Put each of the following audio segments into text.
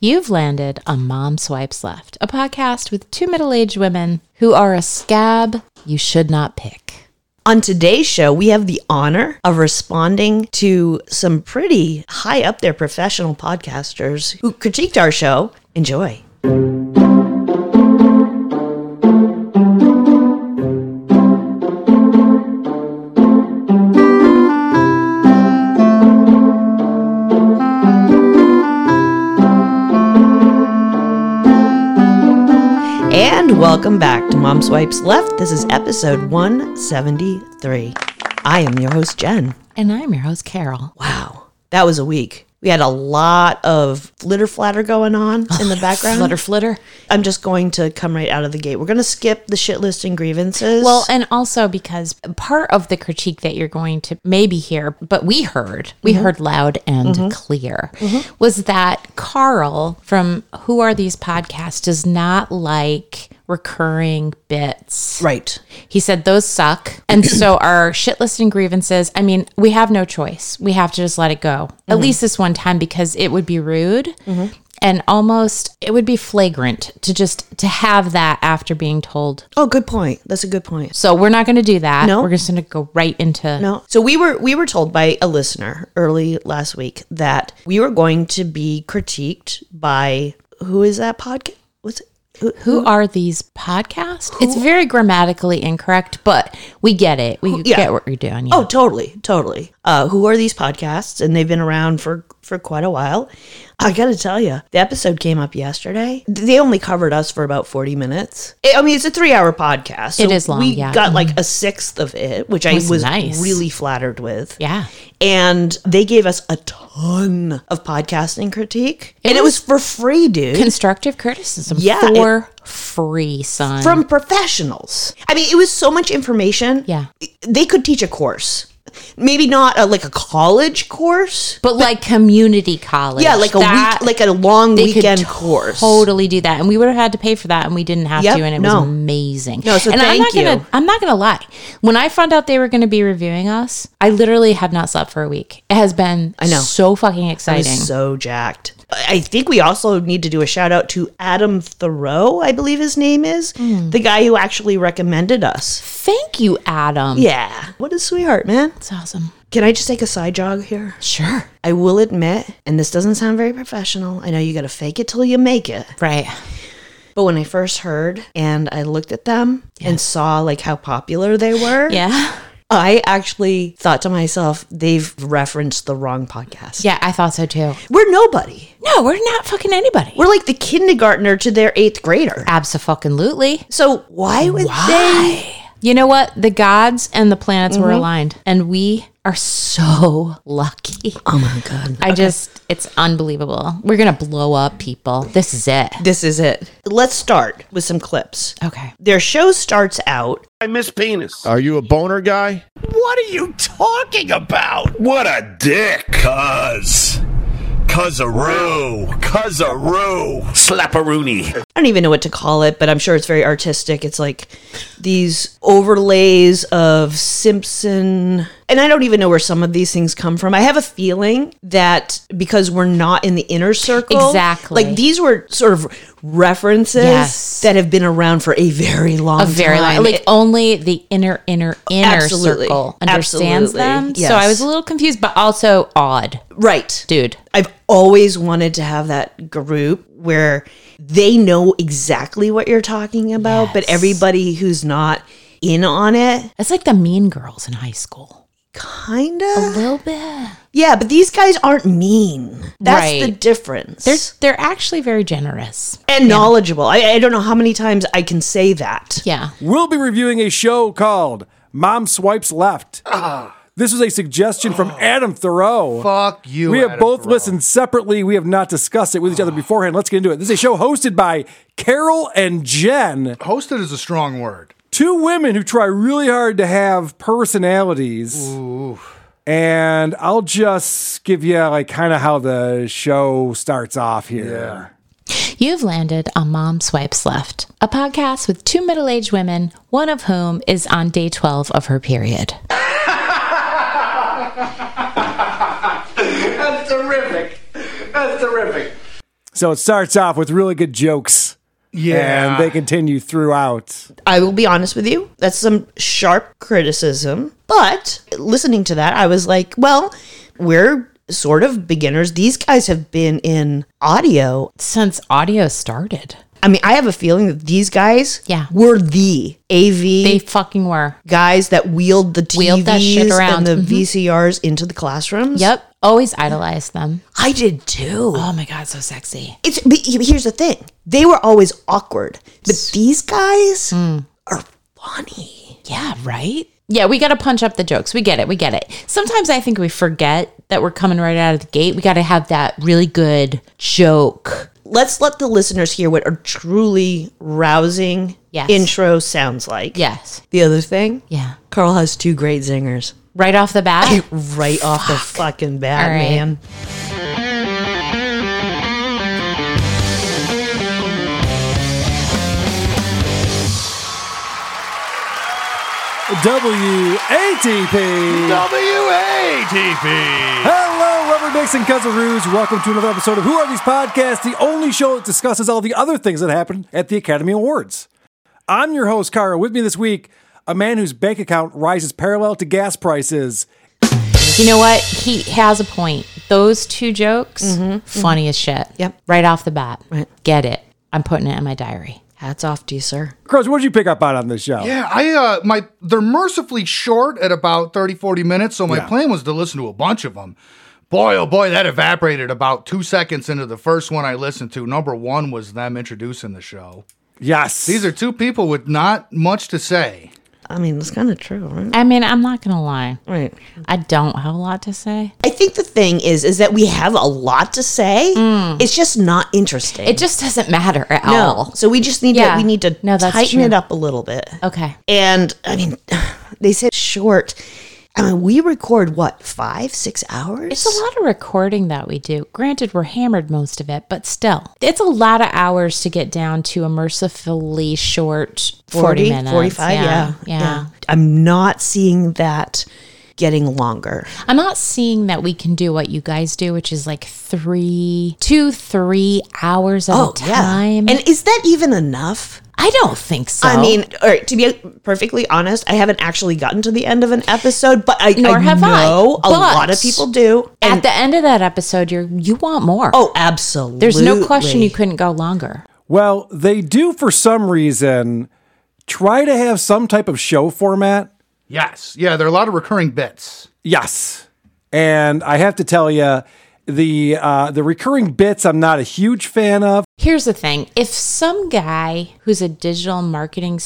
You've landed on Mom Swipes Left, a podcast with two middle aged women who are a scab you should not pick. On today's show, we have the honor of responding to some pretty high up there professional podcasters who critiqued our show. Enjoy. And welcome back to Mom Swipes Left. This is episode 173. I am your host, Jen. And I'm your host, Carol. Wow, that was a week. We had a lot of flitter flatter going on in the background. Flutter, flitter. I'm just going to come right out of the gate. We're going to skip the shit list and grievances. Well, and also because part of the critique that you're going to maybe hear, but we heard, we heard loud and clear, was that Carl from Who Are These Podcasts does not like recurring bits. right. He said those suck. And so our shit list and grievances, I mean, we have no choice. We have to just let it go. At Mm-hmm. least this one time because it would be rude and almost it would be flagrant to just to have that after being told. Oh, good point. That's a good point. So we're not going to do that. No. We're just going to go right into No. So we were we were told by a listener early last week that we were going to be critiqued by who is that podcast? What's it? Who, Who are these podcasts? It's very grammatically incorrect, but we get it. We yeah. get what you're doing. Yeah. Oh, totally, totally. Uh, who are these podcasts? And they've been around for for quite a while. I gotta tell you, the episode came up yesterday. They only covered us for about forty minutes. I mean, it's a three hour podcast. so It is long, We yeah. got like a sixth of it, which I was was nice. really flattered with. yeah. And they gave us a ton of podcasting critique, It and it was- was for free, dude. Constructive criticism Yeah, it- for free, son. from professionals. I mean, it was so much information. Yeah. They could teach a course. Maybe not a, like a college course, but like community college. Yeah, like a That- week, like a long they could weekend course. Totally do that, and we would have had to pay for that, and we didn't have Yep, to, and it no. was amazing. No, so and I'm thank not you. gonna, I'm not gonna lie. When I found out they were going to be reviewing us, I literally have not slept for a week. It has been I know. so fucking I exciting. was so jacked. I I think we also need to do a shout out to Adam Thoreau, I believe his name is, Hmm. the guy who actually recommended us. Thank you, Adam. Yeah. What a sweetheart, man. it's awesome. Can I just take a side jog here? Sure, I will admit, and this doesn't sound very professional. I know you got to fake it till you make it. right? But when I first heard and I looked at them and saw like how popular they were, Yeah, I actually thought to myself, they've referenced the wrong podcast. yeah. I thought so too. We're nobody. No, we're not fucking anybody. We're like the kindergartner to their eighth grader. Absolutely. So why would You know what? The gods and the planets were aligned, and we are so lucky. they? Oh my god! I just, it's unbelievable. We're going to blow up people. This is it. This is it. Let's start with some clips. Okay. Their show starts out. I miss penis. Are you a boner guy? What are you talking about? What a dick. Cuz. Cuzaroo. Cuzaroo. Slapperoonie. I don't even know what to call it, but I'm sure it's very artistic. It's like these overlays of Simpson, and I don't even know where some of these things come from. I have a feeling that because we're not in the inner circle, Exactly. like these were sort of references Yes. that have been around for a very long, A very time. long, like only the inner, inner, inner Absolutely. circle understands Absolutely. them. Yes. So I was a little confused, but also odd, uh, right? dude. I've always wanted to have that group where they know exactly what you're talking about, but everybody who's not in on it, It's like the mean girls in high school. kind A of. little bit. Yeah, but these guys aren't mean. That's Right. the difference. They're, they're actually very generous. and knowledgeable. I, I don't know how many times I can say that. Yeah. we'll be reviewing a show called Mom Swipes Left. This was a suggestion from Adam Thoreau. Ah. Oh. Fuck you. we have Adam both Ferrell. listened separately. We have not discussed it with each other beforehand. Let's get into it. This is a show hosted by Carol and Jen, Hosted is a strong word. two women who try really hard to have personalities. And I'll just give you like kind of how the show starts off here. You've landed on Mom Swipes Left, a podcast with two middle aged women, one of whom is on day 12 of her period. That's terrific. That's terrific. So it starts off with really good jokes. Yeah. And they continue throughout. I will be honest with you, that's some sharp criticism. But listening to that, I was like, well, we're sort of beginners. These guys have been in audio. Since audio started, I mean, I have a feeling that these guys Yeah. were the AV they fucking were. guys that wheeled the TVs Wheeled that shit around. Mm-hmm. and the VCRs into the classrooms. Yep. Always idolized them. I did too. Oh my God, so sexy. It's but he- here's the thing. They were always awkward, but these guys hmm. are funny. Yeah, right? Yeah, we got to punch up the jokes. We get it. We get it. Sometimes I think we forget that we're coming right out of the gate. We got to have that really good joke. Let's let the listeners hear what a truly rousing Yes. intro sounds like. Yes. The other thing, Yeah. Carl has two great zingers Right off the bat. right off the fucking bat, All right. man. WATP. E WATP. Hello, Rubber Dicks and Cuzzaroos. Welcome to another episode of Who Are These Podcasts, the only show that discusses all the other things that happened at the Academy Awards. I'm your host, Kara. With me this week, a man whose bank account rises parallel to gas prices. You know what? He has a point. Those two jokes, funny as shit. Mm-hmm, Yep. Right off the bat. Right. Get it. I'm putting it in my diary. Hats off to you, sir. Cross, what did you pick up on on this show? Yeah, I uh my they're mercifully short at about 30 40 minutes, so my plan was to listen to a bunch of them. Boy, oh boy, that evaporated about 2 seconds into the first one I listened to. Number 1 was them introducing the show. Yes. These are two people with not much to say. I mean, that's kind of true, right? I mean, I'm not going to lie. Right. I don't have a lot to say. I think the thing is, is that we have a lot to say. It's just not interesting. It just doesn't matter at no. Mm. all. So we just need Yeah. to we need to No, that's tighten true. it up a little bit. Okay. And I mean, they said short. I mean, we record what five, six hours? It's a lot of recording that we do. Granted, we're hammered most of it, but still, it's a lot of hours to get down to a mercifully short 40, minutes. 45, yeah. yeah. I'm not seeing that getting longer. I'm not seeing that we can do what you guys do, which is like three, two, three hours at a time. Oh, And is that even enough? I don't think so. I mean, all right, to be perfectly honest, I haven't actually gotten to the end of an episode, but I, Nor I have I, know a but- lot of people do. And at the end of that episode, you're you want more. oh, absolutely. there's no question you couldn't go longer. Well, they do for some reason try to have some type of show format. Yes. Yeah, there are a lot of recurring bits. Yes. And I have to tell you, the uh, the recurring bits I'm not a huge fan of. Here's the thing if some guy who's a digital marketing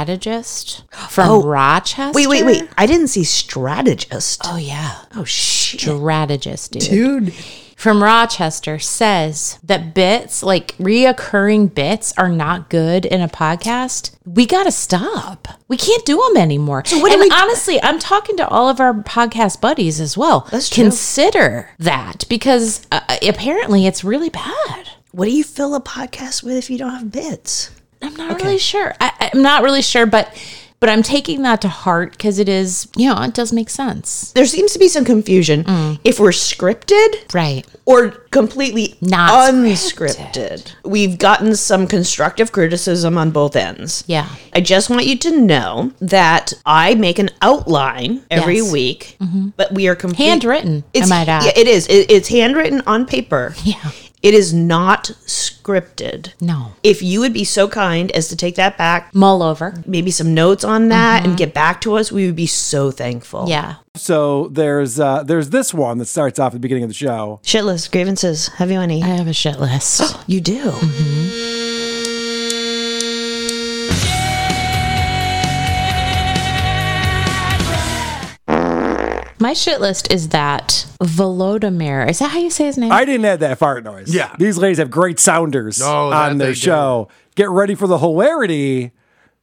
strategist from Rochester. Oh, Wait, wait, wait. I didn't see strategist. Oh, yeah. Oh, shit. Strategist, dude. Dude. From Rochester says that bits, like reoccurring bits, are not good in a podcast. We got to stop. We can't do them anymore. what do and we- honestly, I'm talking to all of our podcast buddies as well. That's true. Consider that because uh, apparently it's really bad. What do you fill a podcast with if you don't have bits? I'm not really sure. I, I'm not really sure, but but I'm taking that to heart because it is, you know, it does make sense, There seems to be some confusion Mm. if we're scripted right? or completely Not unscripted. We've gotten some constructive criticism on both ends. Yeah. I just want you to know that I make an outline every Yes. Mm-hmm. week, but we are completely Handwritten, I might add. Yeah, it is. It, it's handwritten on paper. Yeah. It is not scripted. No, If you would be so kind as to take that back, mull over. maybe some notes on that and get back to us, we would be so thankful. Mm-hmm. Yeah, So there's uh, there's this one that starts off at the beginning of the show. Shitless grievances. Have you any? I have Mm-hmm. a shit list. you do. My shit list is that Volodymyr. Is that how you say his name? I didn't add that fart noise. Yeah. These ladies have great sounders No, that on their they do. show. Get ready for the hilarity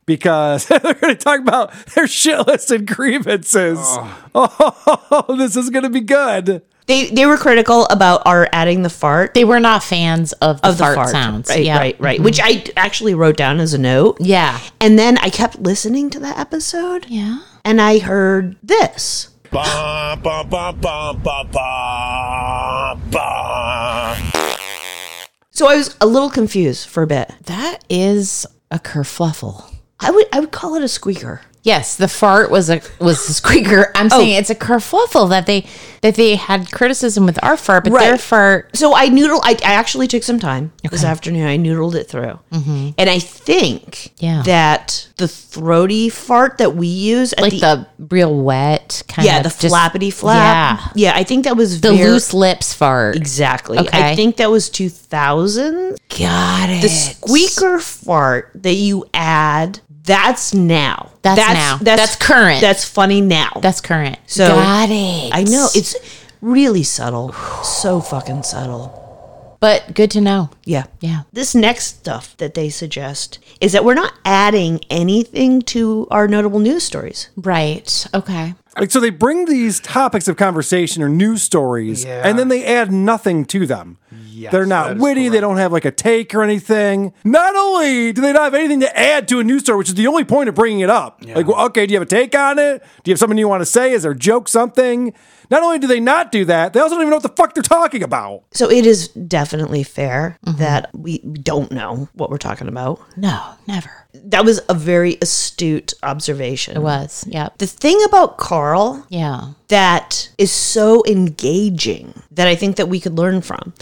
because they're going to talk about their shit list and grievances. Oh, this is going to be good. They they were critical about our adding the fart they were not fans of the, of the fart, fart, sounds. Right, yeah. Mm-hmm. right, right. Which I actually wrote down as a note. Yeah. And then I kept listening to that episode. Yeah. And I heard this. Ba, ba, ba, ba, ba, ba, ba. So I was a little confused for a bit. That is a kerfluffle. I would I would call it a squeaker. Yes, the fart was a was a squeaker. I'm Oh. saying it's a kerfluffle that they that they had criticism with our fart, but their Right. fart So I noodle. I, I actually took some time this afternoon. I noodled it through, and I think Mm-hmm. Yeah. that the throaty fart that we use, at like the, real wet kind yeah of the just- flappity flap, Yeah. yeah, I think that was The ver- loose lips fart. Exactly. Okay. I think that was two thousand. Got it. The squeaker fart that you add. That's now. That's now. That's current. That's funny now. That's current. So- Got it. I know it's really subtle. so fucking subtle. but good to know. Yeah. Yeah. This next stuff that they suggest is that we're not adding anything to our notable news stories. Right. Okay. Like so they bring these topics of conversation or news stories and then they add nothing to them. They're that not is witty, they don't have like a take or anything. Not only do they not have anything to add to a news story, which is the only point of bringing it up. Like, well, okay, do you have a take on it? Do you have something you want to say? Is there a joke something? Not only do they not do that, they also don't even know what the fuck they're talking about. So it is definitely fair that we don't know what we're talking about. No, never. It That was a very astute observation. was. Yep. The thing about Carl Yeah. that is so engaging that I think that we could learn from.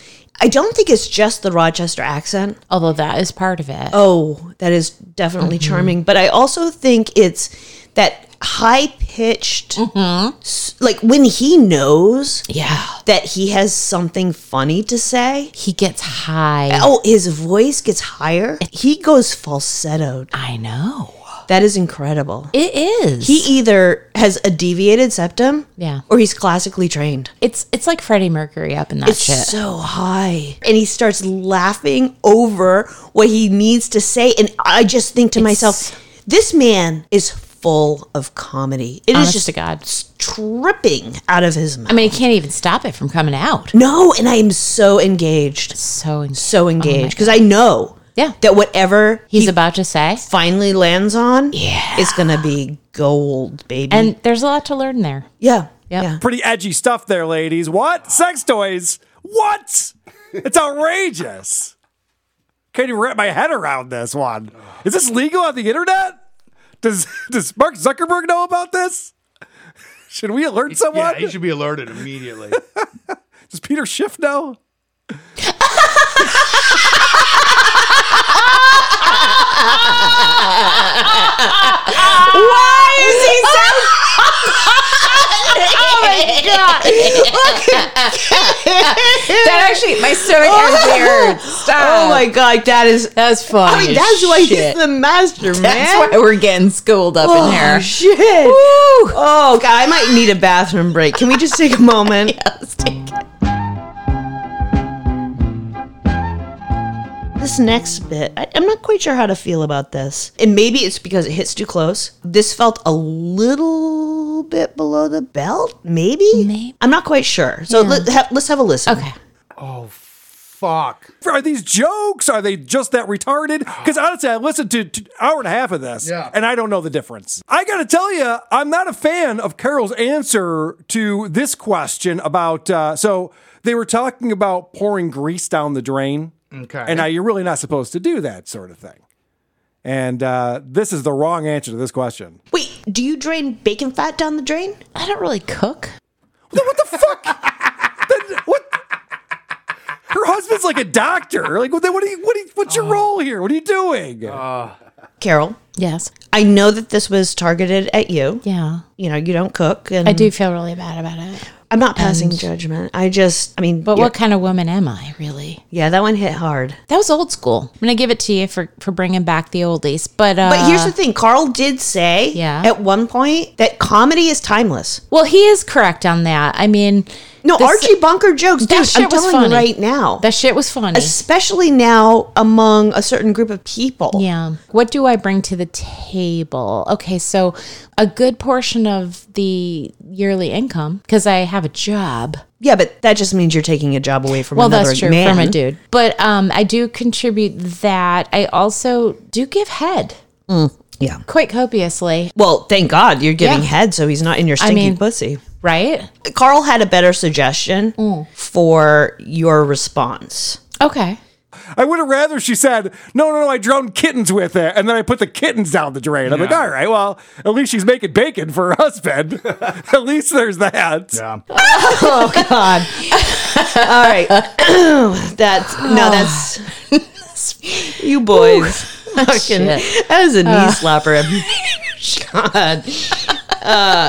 I don't think it's just the Rochester accent. Although that is part of it. Oh, that is definitely charming, but I also think it's that high pitched s like when he knows Yeah. that he has something funny to say. He gets high. Oh, his voice gets higher. He goes falsetto. I know. That is incredible. It is. He either has a deviated septum Yeah. or he's classically trained. it's it's like Freddie Mercury up in that It's shit. so high. And he starts laughing over what he needs to say. And I just think to myself, this man is full of comedy. It is Honest just to God. tripping out of his mouth. I mean, he can't even stop it from coming out. no, and I am so engaged. So ins- So engaged. Because I know Yeah. that whatever Oh he's he about to say, finally lands on yeah. is going to be gold, baby. and there's a lot to learn there. yeah. Yep. Yeah. Pretty edgy stuff there, ladies. What? Sex toys? What? It's outrageous. Can't even wrap my head around this one. Is this legal on the internet? Does does Mark Zuckerberg know about this? Should we alert someone? Yeah, he should be alerted immediately. Does Peter Schiff know? Oh That actually, my stomach Oh. Oh my God. That is. Ah. That's funny. I mean, that's why he's the master, man. we're getting schooled up Oh, shit. Oh, God, I might need a bathroom break. Can we just take a moment? This next bit, I, I'm not quite sure how to feel about this. And maybe it's because it hits too close. This felt a little bit below the belt, maybe? Maybe. I'm not quite sure. So let, ha, let's have a listen. Okay. Fuck. Are these jokes? Are they just that retarded? Because honestly, I listened to an hour and a half of this, Yeah. and I don't know the difference. I got to tell you, I'm not a fan of Carol's answer to this question about. Uh, so they were talking about pouring grease down the drain, Okay. and now you're really not supposed to do that sort of thing. And uh, this is the wrong answer to this question. Wait, do you drain bacon fat down the drain? I don't really cook. What the fuck? Then what? Her husband's like a doctor. Like, what? What are you? What? Are you what's Oh. your role here? What are you doing? Carol, Yes. I know that this was targeted at you. Yeah. You know, you don't cook. And I do feel really bad about it. I'm not passing judgment. I just, I mean, But yeah, what kind of woman am I, really? yeah, that one hit hard. That was old school. I'm gonna give it to you for for bringing back the oldies. But uh, But here's the thing Carl did say Yeah. at one point that comedy is timeless. well, he is correct on that. I mean, No, this- Archie Bunker jokes, dude, that shit I'm was telling funny. you right now. That shit was funny. especially now among a certain group of people. Yeah. What do I bring to the table? Okay, so a good portion of the yearly income because I have a job. Yeah, but that just means you're taking a job away from Well, another that's true man. from a dude, but um, I do contribute that. I also do give head Yeah. quite copiously, Well, thank God you're giving Yeah. head so he's not in your stinking mean- pussy. right? Mm. Carl had a better suggestion for your response. Okay. I would have rather she said, no, no, no, I drowned kittens with it. And then I put the kittens down the drain. I'm like, all right, well, at least she's making bacon for her husband. at least there's that. Yeah. God. All right. that's no, that's you boys. Fucking, that was a knee Uh. slapper. God. Uh,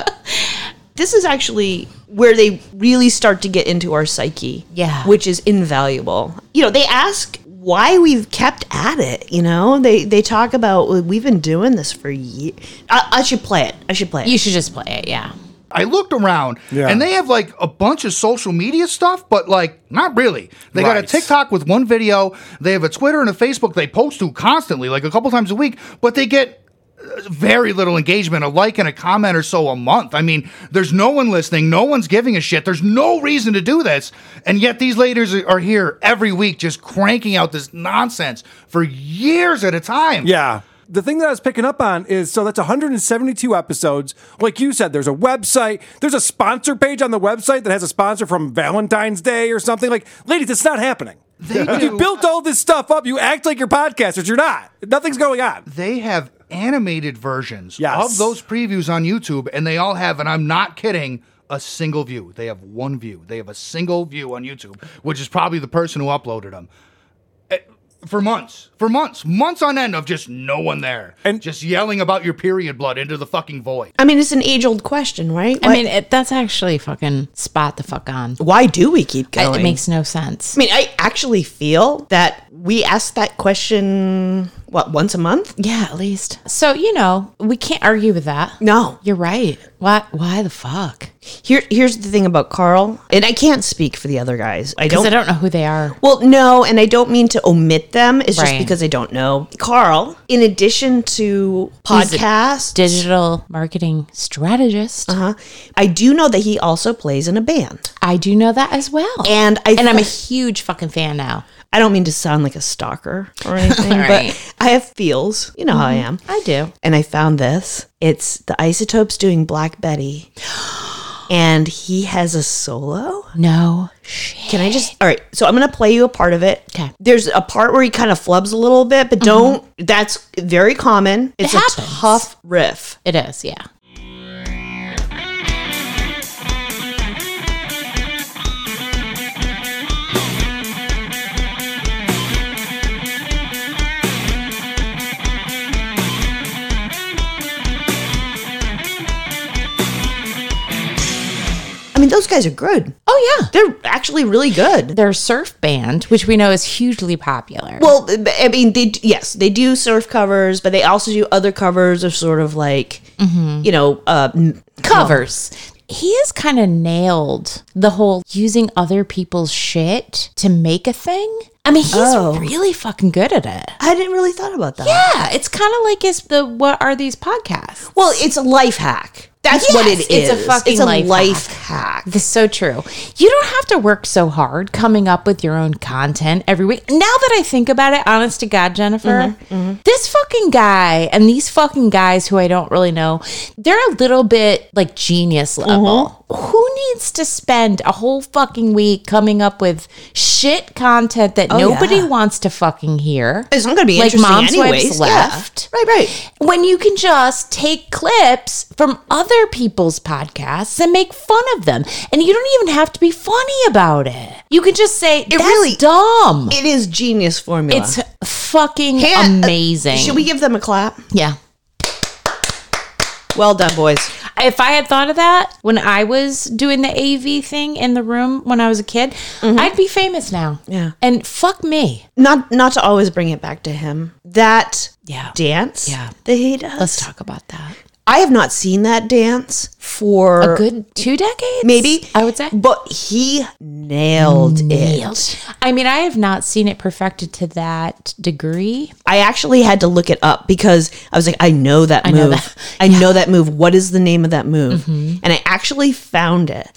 this is actually where they really start to get into our psyche. Yeah. Which is invaluable. You know, they ask why we've kept at it. You know, they they talk about "Well, we've been doing this for years. I, I should play it. I should play it. You should just play it. Yeah. I looked around Yeah. and they have like a bunch of social media stuff, but like not really. They got a Right. TikTok with one video, they have a Twitter and a Facebook they post to constantly, like a couple times a week, but they get uh, very little engagement, a like and a comment or so a month. I mean, there's no one listening, no one's giving a shit. There's no reason to do this. And yet these ladies are- are here every week just cranking out this nonsense for years at a time. Yeah. The thing that I was picking up on is so that's 172 episodes. Like you said, there's a website, there's a sponsor page on the website that has a sponsor from Valentine's Day or something. Like, ladies, it's not happening. You do. built all this stuff up. You act like you're podcasters. You're not. Nothing's going on. they have animated versions Yes. of those previews on YouTube, and they all have, and I'm not kidding, a single view. They have one view. They have a single view on YouTube, which is probably the person who uploaded them. Eh, For months, for months, months on end of just no one there, And- and just yelling about your period blood into the fucking void. I mean, it's an age old question, right? I mean, it, that's actually fucking spot the fuck on. why do we keep I- going? it makes no sense. I mean, I actually feel that we ask that question what once a month. Yeah, at least. So, you know, we can't argue with that. No, You're right. Why why the fuck? here here's the thing about Carl, and I can't speak for the other guys. I Because don't. I don't know who they are. Well, no, and I don't mean to omit them. It's just Right. because I don't know Carl. In addition to He's a podcasts, Digital marketing strategist. Uh-huh. I do know that he also plays in a band. I do know that as well. And I and I'm a th- huge fucking fan now. I don't mean to sound like a stalker or anything, All right. Mm-hmm. but I have feels. You know how I am. I do. and I found this. It's the Isotopes doing Black Betty, and he has a solo. No shit. Can I just? All right, so I'm gonna play you a part of it. 'Kay. There's a part where he kind of flubs a little bit, but don't. That's very common. It's a Mm-hmm. happens. tough riff. It is, yeah. I mean, those guys are good. Oh yeah. They're actually really good. Their surf band, which we know is hugely popular. Well, I mean, they yes, they do surf covers, but they also do other covers of sort of like Mm-hmm. you know uh, m- covers. He has kind of nailed the whole using other people's shit to make a thing. I mean, he's Oh. really fucking good at it. I hadn't really thought about that. Yeah, it's kind of like his the what are these podcasts? Well, it's a life hack. That's Yes, what it it's is. a fucking life hack. This is so true. You don't have to work so hard coming up with your own content every week. Now that I think about it, honest to God, Jennifer, Mm-hmm, this fucking guy and these fucking guys who I don't really know, they're a little bit like genius Mm-hmm. level. Who needs to spend a whole fucking week coming up with shit content that nobody Oh, yeah. wants to fucking hear? It's not going to be Like interesting Mom's anyways. Wife's Yeah. Left. Right, right. when you can just take clips from other people's podcasts and make fun of them. And you don't even have to be funny about it. You can just say, That's really- dumb. It is genius formula. it's fucking Hand- uh, amazing. Should we give them a clap? Yeah. Well done, boys. If I had thought of that when I was doing the AV thing in the room when I was a kid, I'd be famous now. Mm-hmm. Yeah. And fuck me. Not not to always bring it back to him. That Yeah. dance Yeah. that he does. Let's talk about that. I have not seen that dance for A good two decades? Er, maybe I would say. But he nailed, it. I mean, I have not seen it perfected to that degree. I actually had to look it up because I was like, I know that move. I know know that. Mm-hmm. that, move. What is the name of that move? And I actually found it.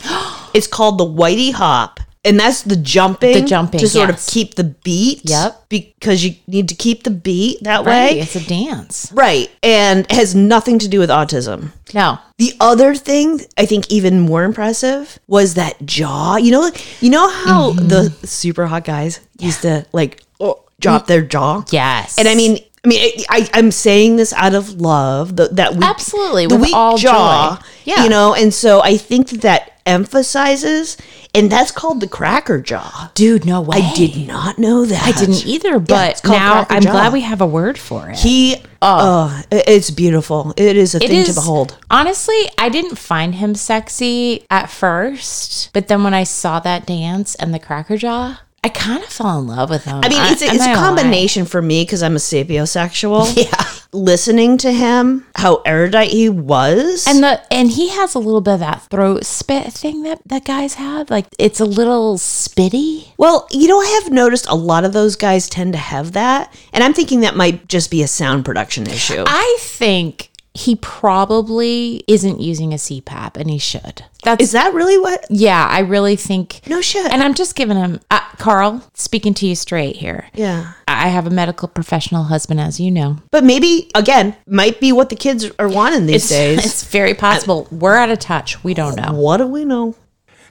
it's called the Whitey Hop. And that's the jumping. The jumping, To sort yes. of keep the beat. Yep. Because you need to keep the beat that Right. way. It's a dance. Right. And has nothing to do with autism. No. The other thing I think even more impressive was Mm-hmm. that jaw. You know, you know how the super hot guys used to like oh, Mm. drop their jaw. Yes. And I mean, I mean, I, I, am saying this out of love. The, that weak, Absolutely, the with weak all jaw. joy. Yeah. you know. And so I think that that emphasizes, and that's called the cracker jaw. dude, no way. I did not know that. I didn't either, but it's called now cracker I'm jaw. glad we have a word for it. He, oh, it's beautiful. It is a It thing is to behold. Honestly, I didn't find him sexy at first, but then when I saw that dance and the cracker jaw, I kind of fell in love with him. I mean, it's, I'm it's a not gonna lie. combination for me because I'm a sapiosexual. Yeah. Listening to him, how erudite he was. And the and he has a little bit of that throat spit thing that that guys have. Like it's a little spitty. well, you know, I have noticed a lot of those guys tend to have that. And I'm thinking that might just be a sound production issue. I think he probably isn't using a CPAP, and he should. That's is that really what? yeah. I really think No shit. And I'm just giving him uh, Carl speaking to you straight here. yeah. I have a medical professional husband, as you know. But maybe, again, might be what the kids are wanting these days. It's very possible. We're out of touch. We don't know. what do we know?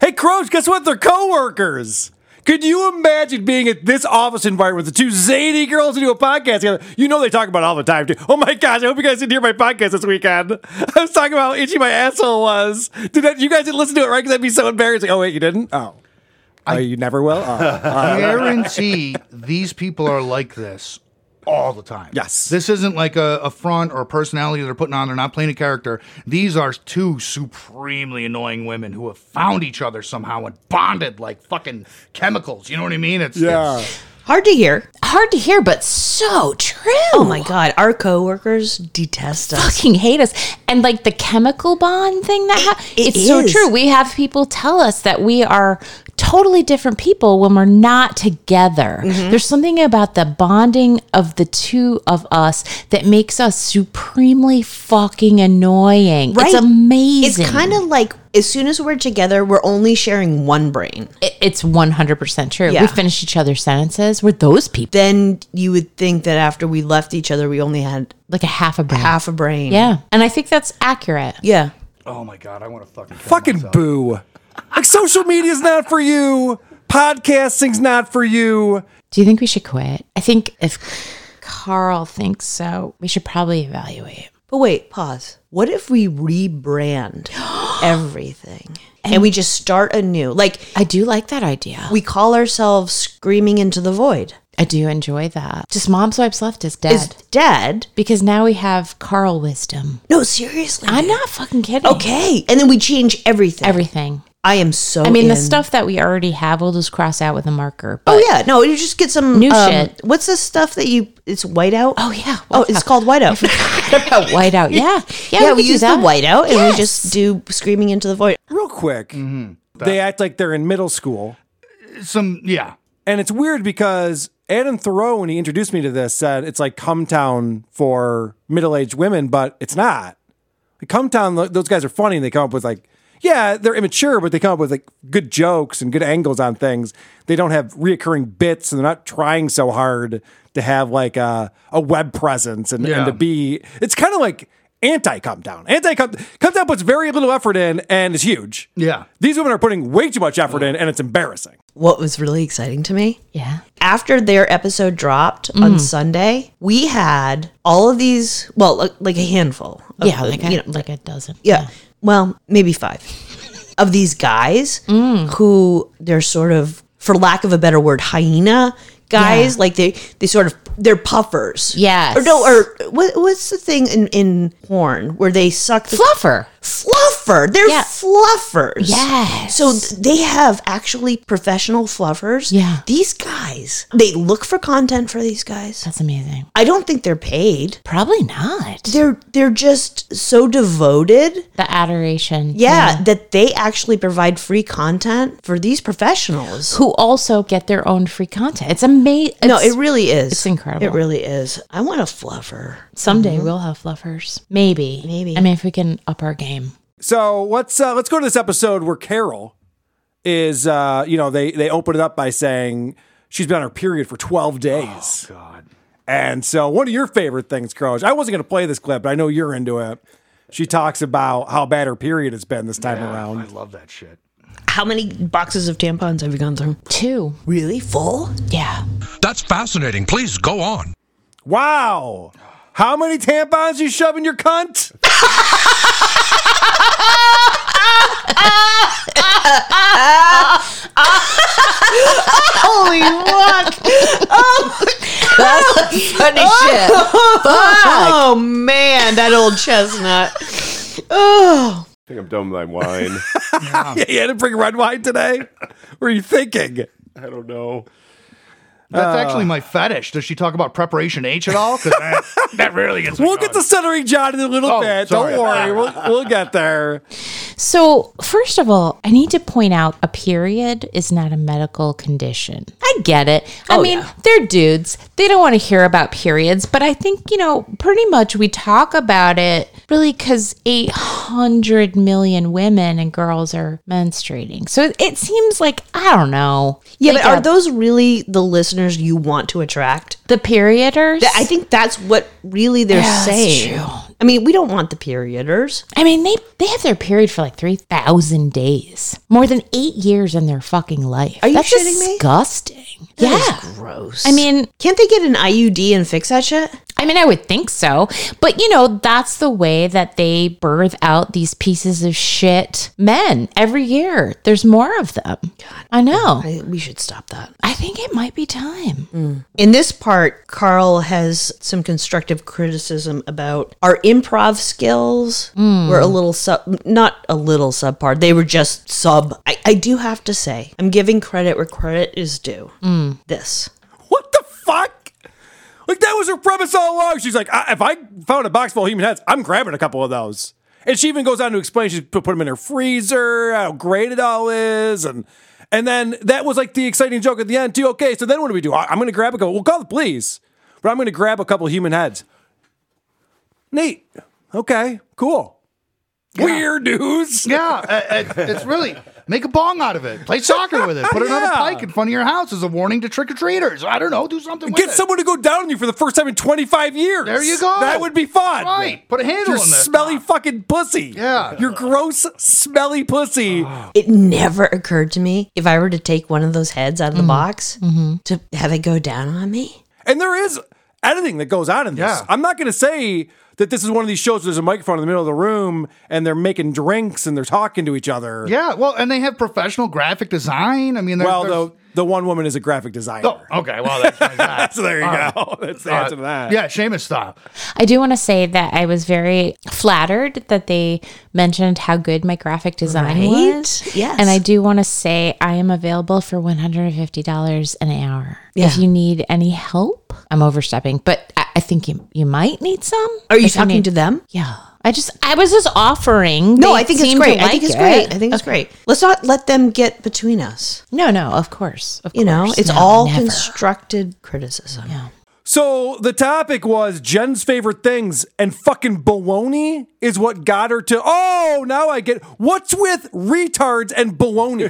Hey, Croach, guess what? They're coworkers. Could you imagine being at this office environment with the two zany girls who do a podcast together? You know they talk about it all the time, too. Oh my gosh, I hope you guys didn't hear my podcast this weekend. I was talking about how itchy my asshole was. Did that, you guys didn't listen to it, right? Because that'd be so embarrassing. Oh, wait, you didn't? Oh. oh, you never will? Oh. guarantee these people are like this all the time. Yes. This isn't like a, a front or a personality they're putting on. They're not playing a character. These are two supremely annoying women who have found each other somehow and bonded like fucking chemicals. You know what I mean? It's, Yeah. it's- Hard to hear. Hard to hear, but so true. Oh my God. Our coworkers detest us. fucking hate us. And like the chemical bond thing that ha- It it's so is. true. We have people tell us that we are totally different people when we're not together. Mm-hmm. There's something about the bonding of the two of us that makes us supremely fucking annoying. Right. It's amazing. It's kind of like as soon as we're together, we're only sharing one brain. It- it's 100% true. Yeah. We finish each other's sentences. We're those people. Then you would think that after we left each other, we only had Like a half a brain. half a brain. yeah. And I think that's accurate. Yeah. oh my God, I want to fucking kill Fucking myself. boo. Like, social media's not for you. Podcasting's not for you. Do you think we should quit? I think if Carl thinks so, we should probably evaluate. But wait, pause. What if we rebrand everything and we just start anew? Like I do like that idea. we call ourselves screaming into the void. I do enjoy that. Just mom swipes left is dead. Is dead. because now we have Carl wisdom. No, seriously. I'm not fucking kidding. Okay. Oh, And then we change everything. Everything. I am so I mean, the in. stuff that we already have, we'll just cross out with a marker. But Oh yeah, no, you just get some New um, shit. What's this stuff that you? It's whiteout. Oh, yeah. Oh, it's Whiteout. called whiteout. whiteout. Yeah. Yeah, yeah, could we, do use the that. whiteout and Yes. we just do screaming into the void. Real quick, they act like they're in middle school. Some, yeah. And it's weird because Adam Thoreau, when he introduced me to this, said it's like Come Town for middle aged women, but it's not. Like Come Town, lo- those guys are funny and they come up with like, yeah, they're immature, but they come up with like good jokes and good angles on things. They don't have reoccurring bits and they're not trying so hard to have like a, a web presence and, and to be. It's kind of like anti Come Town. Anti Come Town puts very little effort in and is huge. Yeah. These women are putting way too much effort in and it's embarrassing. What was really exciting to me Yeah. after their episode dropped Mm-hmm. on Sunday, we had all of these. Well, like, like a handful. Of, Yeah. Like, a, you know, like a dozen. yeah. Well, maybe five of these guys Mm. who they're sort of, for lack of a better word, hyena guys. Like they, they sort of, they're puffers. Yes. Or no, or what, what's the thing in, in porn where they suck the Fluffer. fluffer? They're Yeah. fluffers. Yes. So th- they have actually professional fluffers. Yeah. These guys, they look for content for these guys. That's amazing. I don't think they're paid. Probably not. They're they're just so devoted the adoration. yeah, that they actually provide free content for these professionals. Who also get their own free content. It's amazing. no, it really is. It's incredible. It really is. I want a fluffer. Someday we'll have fluffers. mm-hmm. Maybe. Maybe. I mean, if we can up our game. So let's uh, let's go to this episode where Carol is. Uh, you know, they they open it up by saying she's been on her period for twelve days. Oh God! And so one of your favorite things, Croach. I wasn't going to play this clip, but I know you're into it. She talks about how bad her period has been this time around. I love that shit. How many boxes of tampons have you gone through? Two. Really? Full? Yeah. That's fascinating. Please go on. Wow. How many tampons you shove in your cunt? Holy what? Funny shit. Oh man, that old chestnut. I think I'm done with my wine. yeah, you had to bring red wine today. What are you thinking? I don't know. Uh. That's actually my fetish. Does she talk about preparation H at all? 'Cause that, that really gets. me We'll get to going. centering John in a little Oh, bit. sorry. Don't worry, we'll, we'll get there. So, first of all, I need to point out a period is not a medical condition. I get it. I Oh, mean, they're dudes. They don't want to hear about periods, but I think, you know, pretty much we talk about it really because 800 million women and girls are menstruating. So it seems like, I don't know. Yeah, like but are a- those really the listeners you want to attract? the perioders? I think that's what really they're saying. I mean, we don't want the perioders. I mean, they, they have their period for like 3,000 days, more than eight years in their fucking life. Are you That's shitting me? disgusting. That Yeah. is gross. I mean, can't they get an IUD and fix that shit? I mean, I would think so. But, you know, that's the way that they birth out these pieces of shit men every year. There's more of them. I know. I- we should stop that. I think it might be time. In this part, Carl has some constructive criticism about our improv skills Hmm. were a little sub, not a little subpar. They were just sub. I, I do have to say, I'm giving credit where credit is due. Hmm. This. What the fuck? Like that was her premise all along. She's like, I, if I found a box full of human heads, I'm grabbing a couple of those. And she even goes on to explain she put, put them in her freezer, how great it all is, and and then that was like the exciting joke at the end too. Okay, so then what do we do? I, I'm going to grab a couple. We'll call the police, but I'm going to grab a couple of human heads. Neat. Okay. Cool. Weird news. Yeah, uh, uh, it's really make a bong out of it. Play soccer with it. Put it on a Yeah. pike in front of your house as a warning to trick or treaters. I don't know. Do something. Get with someone to go down on you for the first time in 25 years. There you go. That would be It. fun. Right. Put a handle Your on this. smelly fucking pussy. Yeah. Oh. Your gross, smelly pussy. It never occurred to me if I were to take one of those heads out of the Mm-hmm. box to have it go down on me. And there is editing that goes on in this. Yeah. I'm not going to say that this is one of these shows where there's a microphone in the middle of the room and they're making drinks and they're talking to each other. Yeah. Well, and they have professional graphic design. I mean, there, Well, there's- though, the one woman is a graphic designer. Oh, okay. Well, that's my guy. So there you All right. go. That's the Uh, answer to that. Yeah, Seamus style. I do want to say that I was very flattered that they mentioned how good my graphic design Right? was. Yes. And I do want to say I am available for $150 an hour. If Yeah. you need any help, I'm overstepping, but I, I think you, you might need some. Are you If talking need- to them? Yeah. I just, I was just offering. No, They I think it's seem to great. I like think it's it. great. I think it's great. Let's not let them get between us. No, no, of course. Of You know, course. it's No, all never. constructed criticism. So the topic was Jen's favorite things, and fucking baloney is what got her to. Oh, now I get what's with retards and baloney.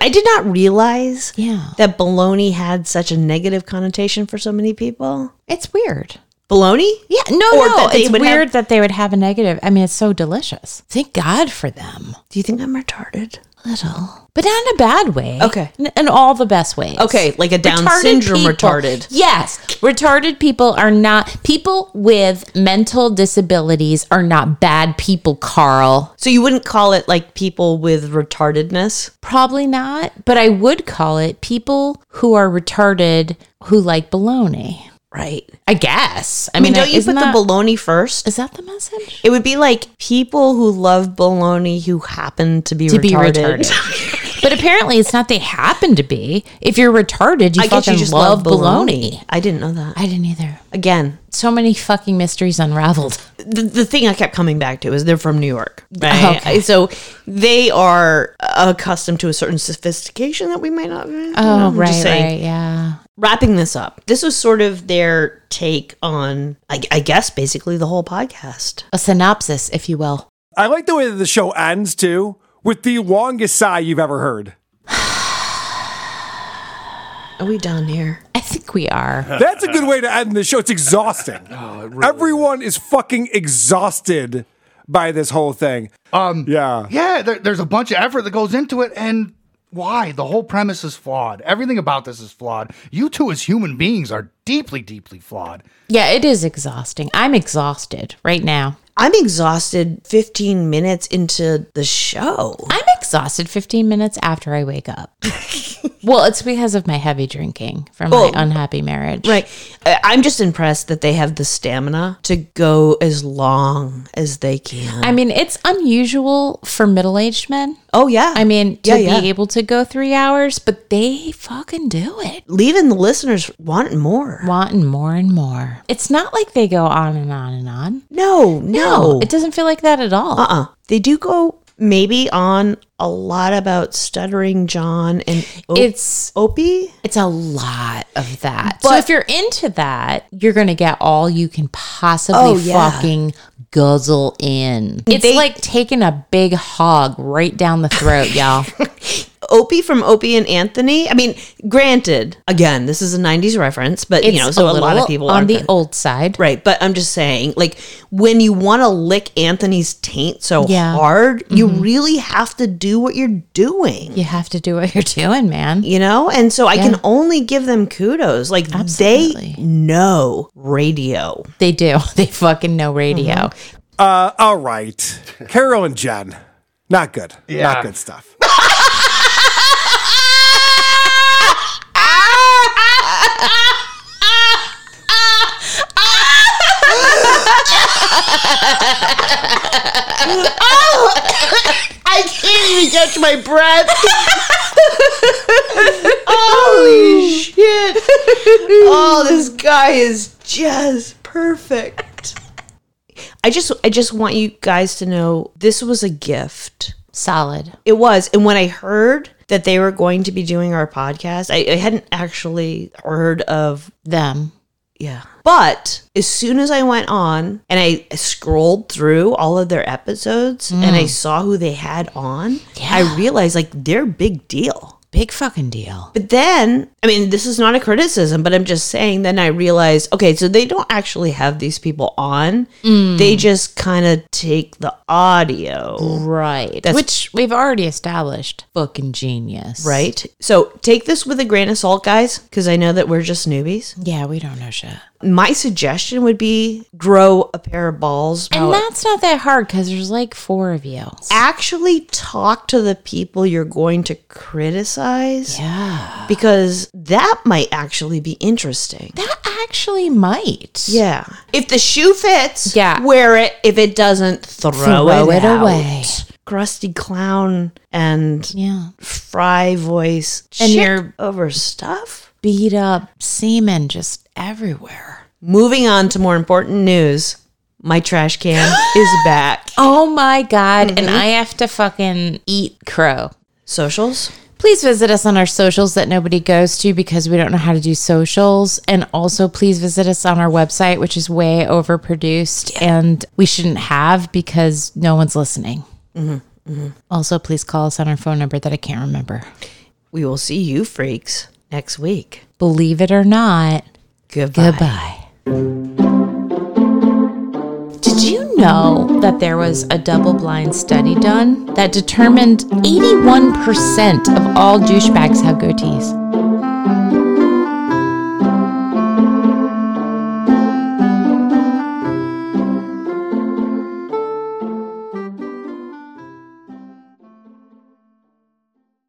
I did not realize Yeah. that baloney had such a negative connotation for so many people. It's weird. Baloney? Yeah, no, Or no. that they it's would have- weird that they would have a negative. I mean, it's so delicious. Thank God for them. Do you think I'm retarded? Little, but not in a bad way. Okay. in, in all the best ways. Okay, like a Down syndrome retarded. Yes, retarded people are not people with mental disabilities are not bad people, Carl. So you wouldn't call it like people with retardedness? Probably not, but I would call it people who are retarded who like baloney. Right. I guess. I, I mean, mean, don't you put isn't that- the baloney first? Is that the message? It would be like people who love baloney who happen to be to be retarded. retarded. but apparently, it's not they happen to be. If you're retarded, you I guess fucking you just love, love, baloney. I didn't know that. I didn't either. Again, So many fucking mysteries unraveled. the, the thing I kept coming back to is they're from New York, right? So they are accustomed to a certain sophistication that we might not. Oh, I'm just right, saying. right, yeah. Wrapping this up, this was sort of their take on, I, I guess, basically the whole podcast. A synopsis, if you will. I like the way that the show ends too, with the longest sigh you've ever heard. Are we done here? I think we are. That's a good way to end the show. It's exhausting. Everyone is fucking exhausted by this whole thing. Um, Yeah. yeah, there, there's a bunch of effort that goes into it, and why? The whole premise is flawed. Everything about this is flawed. You two, as human beings, are deeply, deeply flawed. Yeah, it is exhausting. I'm exhausted right now. I'm exhausted 15 minutes into the show. I'm exhausted 15 minutes after I wake up. well, it's because of my heavy drinking from Well, my unhappy marriage. Oh. Right. I- I'm just impressed that they have the stamina to go as long as they can. I mean, it's unusual for middle aged men. oh, yeah. I mean, to Yeah, yeah. be able to go three hours, but they fucking do it. leaving the listeners wanting more. Wanting more and more. It's not like they go on and on and on. No, no. it doesn't feel like that at all. uh uh. They do go maybe on a lot about stuttering John and Op- It's Opie. it's a lot of that. so But- if you're into that, you're gonna get all you can possibly Oh, yeah. fucking guzzle in. It's They- like taking a big hog right down the throat, y'all. Opie from Opie and Anthony. I mean, granted, again, this is a 90s reference, but It's you know, so a, lot little of people on aren't the gonna- old side. Right, but I'm just saying, like, when you want to lick Anthony's taint so Yeah. Mm-hmm. hard, you really have to do what you're doing, You have to do what you're doing, man. you know? And so I Yeah. can only give them kudos. Like, Absolutely. they know radio. They do. They fucking know radio. Uh, all right. Carol and Jen. Not good. Not good stuff. I can't even catch my breath. Holy shit. Oh, this guy is just perfect. I just I just want you guys to know this was a gift. Solid. It was. And when I heard that they were going to be doing our podcast, I, I hadn't actually heard of Them. yeah. But as soon as I went on and I scrolled through all of their episodes and I saw who they had on, I realized like they're big deal. Big fucking deal. But then, I mean, this is not a criticism, but I'm just saying, then I realized, okay, so they don't actually have these people on. They just kind of take the audio, Right. That's- Which we've already established. Fucking genius. right? So take this with a grain of salt, guys, because I know that we're just newbies. Yeah, we don't know shit. My suggestion would be grow a pair of balls. And that's not that hard because there's like four of you. actually talk to the people you're going to criticize Yeah. because that might actually be interesting. That actually might. yeah. If the shoe fits, Yeah. wear it. If it doesn't, throw, Throw it, it away. away. Crusty clown and Yeah. fry voice And and you're- you're over stuff. Beat up semen just everywhere. Moving on to more important news. My trash can is back. Oh my God. And I have to fucking eat crow. Socials? Please visit us on our socials that nobody goes to because we don't know how to do socials. And also, please visit us on our website, which is way overproduced and we shouldn't have because no one's listening. Mm-hmm. Also, please call us on our phone number that I can't remember. We will see you freaks next week. Believe it or not, Goodbye. goodbye. Did you know that there was a double blind study done that determined 81% of all douchebags have goatees?